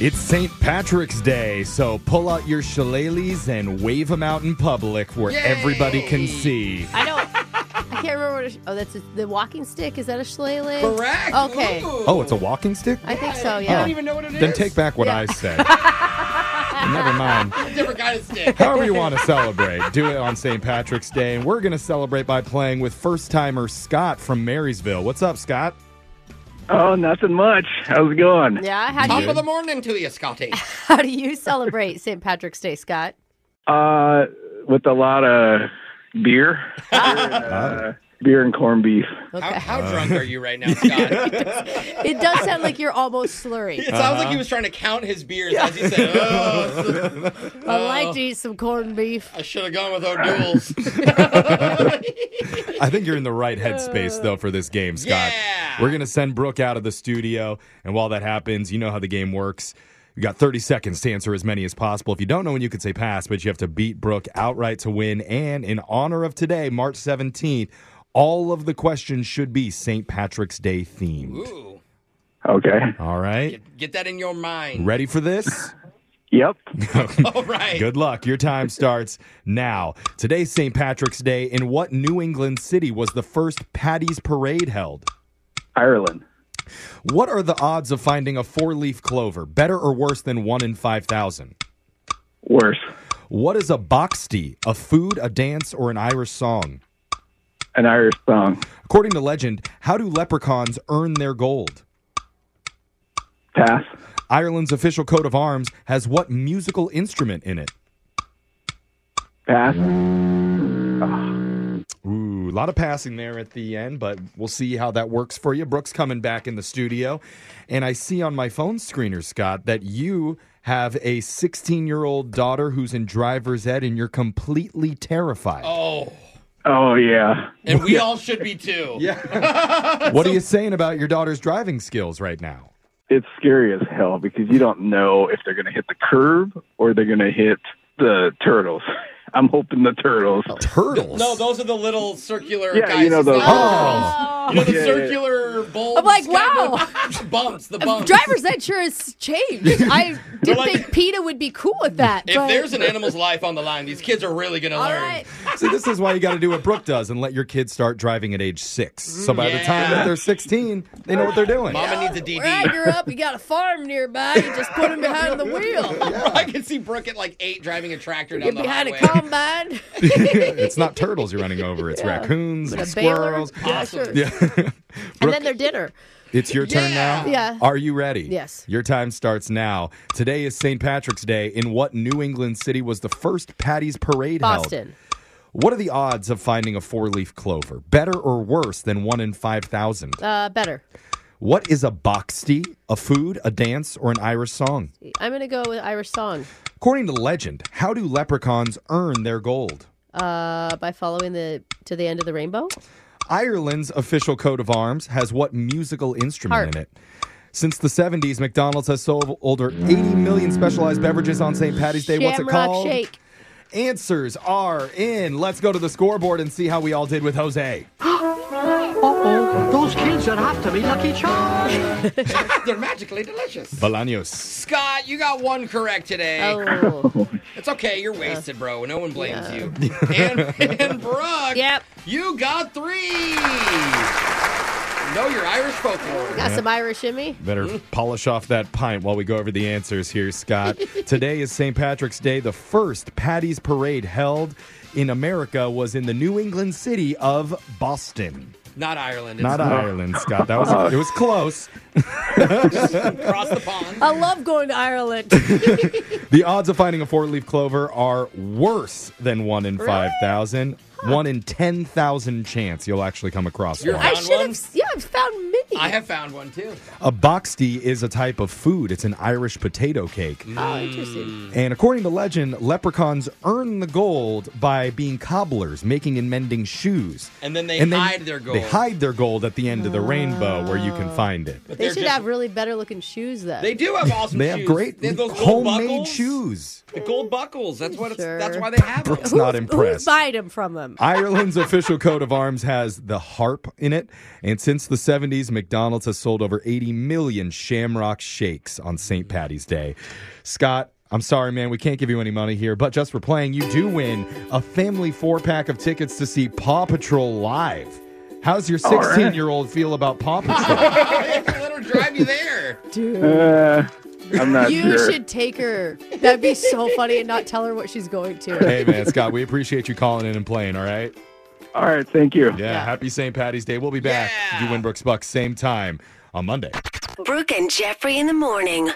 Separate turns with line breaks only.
It's St. Patrick's Day, so pull out your shillelaghs and wave them out in public where everybody can see.
I don't. I can't remember what. A, sh- oh, that's a, the walking stick. Is that a shillelagh?
Correct.
Okay.
Ooh.
Oh, it's a walking stick?
I think so.
I
Yeah.
Oh.
don't even know what it is.
Then take back what I said. Never mind.
Different kind of stick.
However you want to celebrate, do it on St. Patrick's Day. And we're going to celebrate by playing with first timer Scott from Marysville. What's up, Scott?
Oh, nothing much. How's it going?
Yeah. How do
Top
you
of the morning to you, Scotty.
How do you celebrate St. Patrick's Day, Scott?
Uh, with a lot of beer, beer and, uh, beer and corned beef.
How, how drunk are you right now, Scott?
It does sound like you're almost slurry.
It sounds
Uh-huh.
like he was trying to count his beers as he said, oh,
I'd like to eat some corned beef.
I should have gone with O'Doul's.
I think you're in the right headspace, though, for this game, Scott.
Yeah.
We're going to send Brooke out of the studio. And while that happens, you know how the game works. You got 30 seconds to answer as many as possible. If you don't know when you could say pass, but you have to beat Brooke outright to win. And in honor of today, March 17th, all of the questions should be St. Patrick's Day themed.
Ooh,
Okay.
All right.
get, get that in your mind.
Ready for this?
Yep.
All right.
Good luck. Your time starts now. Today's St. Patrick's Day. In what New England city was the first Patty's Parade held?
Ireland.
What are the odds of finding a four leaf clover? Better or worse than one in 5,000?
Worse.
What is a boxty? A food, a dance, or an Irish song?
An Irish song.
According to legend, how do leprechauns earn their gold?
Pass.
Ireland's official coat of arms has what musical instrument in it?
Pass.
Ooh, a lot of passing there at the end, but we'll see how that works for you. Brooks coming back in the studio. And I see on my phone screener, Scott, that you have a 16 year old daughter who's in driver's ed and you're completely terrified.
Oh,
Oh, yeah.
and we all should be too.
Yeah. what are you saying about your daughter's driving skills right now?
It's scary as hell because you don't know if they're going to hit the curb or they're going to hit the turtles. I'm hoping the turtles.
Oh. Turtles.
No, those are the little circular
Yeah,
guys.
you know
It's the
those.
Oh.
You know the
Yeah, yeah.
circular bulbs.
I'm like,
kind
wow.
of- bumps, the bumps.
Oh. Driver's Ed sure has changed. I
They're
did
like-
think PETA would be cool with that.
If
but-
there's an animal's life on the line, these kids are really going to
All
learn.
right.
See, this is why you got to do what Brooke does and let your kids start driving at age six. So by the time that they're 16, they know what they're doing.
Mama needs a DD.
Right, you're up. You got a farm nearby. You just put him behind the wheel.
I can see Brooke at like eight driving a tractor down
Get
the
behind a
highway.
combine.
it's not turtles you're running over, it's raccoons and
a baler.
squirrels.
Yeah,
Awesome.
sure.
Yeah.
And then their dinner.
It's your turn
Yeah.
now.
Yeah.
Are you ready?
Yes.
Your time starts now. Today is St. Patrick's Day. In what New England city was the first Patty's Parade held?
Boston.
What are the odds of finding a four leaf clover? Better or worse than one in 5,000?
Uh, better.
What is a boxty, a food, a dance, or an Irish song?
I'm going to go with Irish song
According to legend, how do leprechauns earn their gold?
uh, by following the to the end of the rainbow.
Ireland's official coat of arms has what musical instrument
Harp.
in it? Since the 70s, McDonald's has sold over 80 million specialized beverages on St. Patty's Day. What's it
Shamrock
called?
Shake.
Answers are in. Let's go to the scoreboard and see how we all did with Jose.
Uh-oh, those kids are after me, Lucky Charms.
They're magically delicious.
Bolaños.
Scott, you got one correct today.
Oh.
It's okay, you're wasted, bro. No one blames you. And, and Brooke,
Yep.
you got three. Know your Irish folklore.
Got some Irish in me.
Better polish off that pint while we go over the answers here, Scott. Today is St. Patrick's Day. The first Patty's Parade held in America was in the New England city of Boston.
Not Ireland. It's
Not Ireland, Scott. That was it was close.
across the pond.
I love going to Ireland.
The odds of finding a four-leaf clover are worse than one in five thousand. One in ten thousand chance you'll actually come across
You're
one.
I
Found
should
one?
have. Yeah, I've found many.
I have found one too.
A boxty is a type of food. It's an Irish potato cake.
Mm.
Oh, interesting.
And according to legend, leprechauns earn the gold by being cobblers, making and mending shoes.
And then they hide their gold.
They hide their gold at the end of the rainbow where you can find it.
They
They're
should
just-
have really better looking shoes though.
They do have awesome
They
shoes.
have great
They have those gold
homemade
buckles.
shoes.
The gold buckles. That's what. It's,
Sure.
That's why they have them.
Brooks not
Who's
impressed. Uh,
buying them from them?
Ireland's official coat of arms has the harp in it, and since the 70s, McDonald's has sold over 80 million shamrock shakes on St. Patty's Day. Scott, I'm sorry, man, we can't give you any money here, but just for playing, you do win a family four pack of tickets to see Paw Patrol live. How's your
All right.
16 year old feel about Paw Patrol?
Let her drive you there.
Dude.
Uh, I'm not
You
sure.
should take her. That'd be so funny and not tell her what she's going to.
hey, man, Scott, we appreciate you calling in and playing, all right?
All right, thank you.
Yeah,
Yeah.
happy St. Patty's Day. We'll be back.
Yeah.
You win Brooks Bucks same time on Monday.
Brooke and Jeffrey in the morning.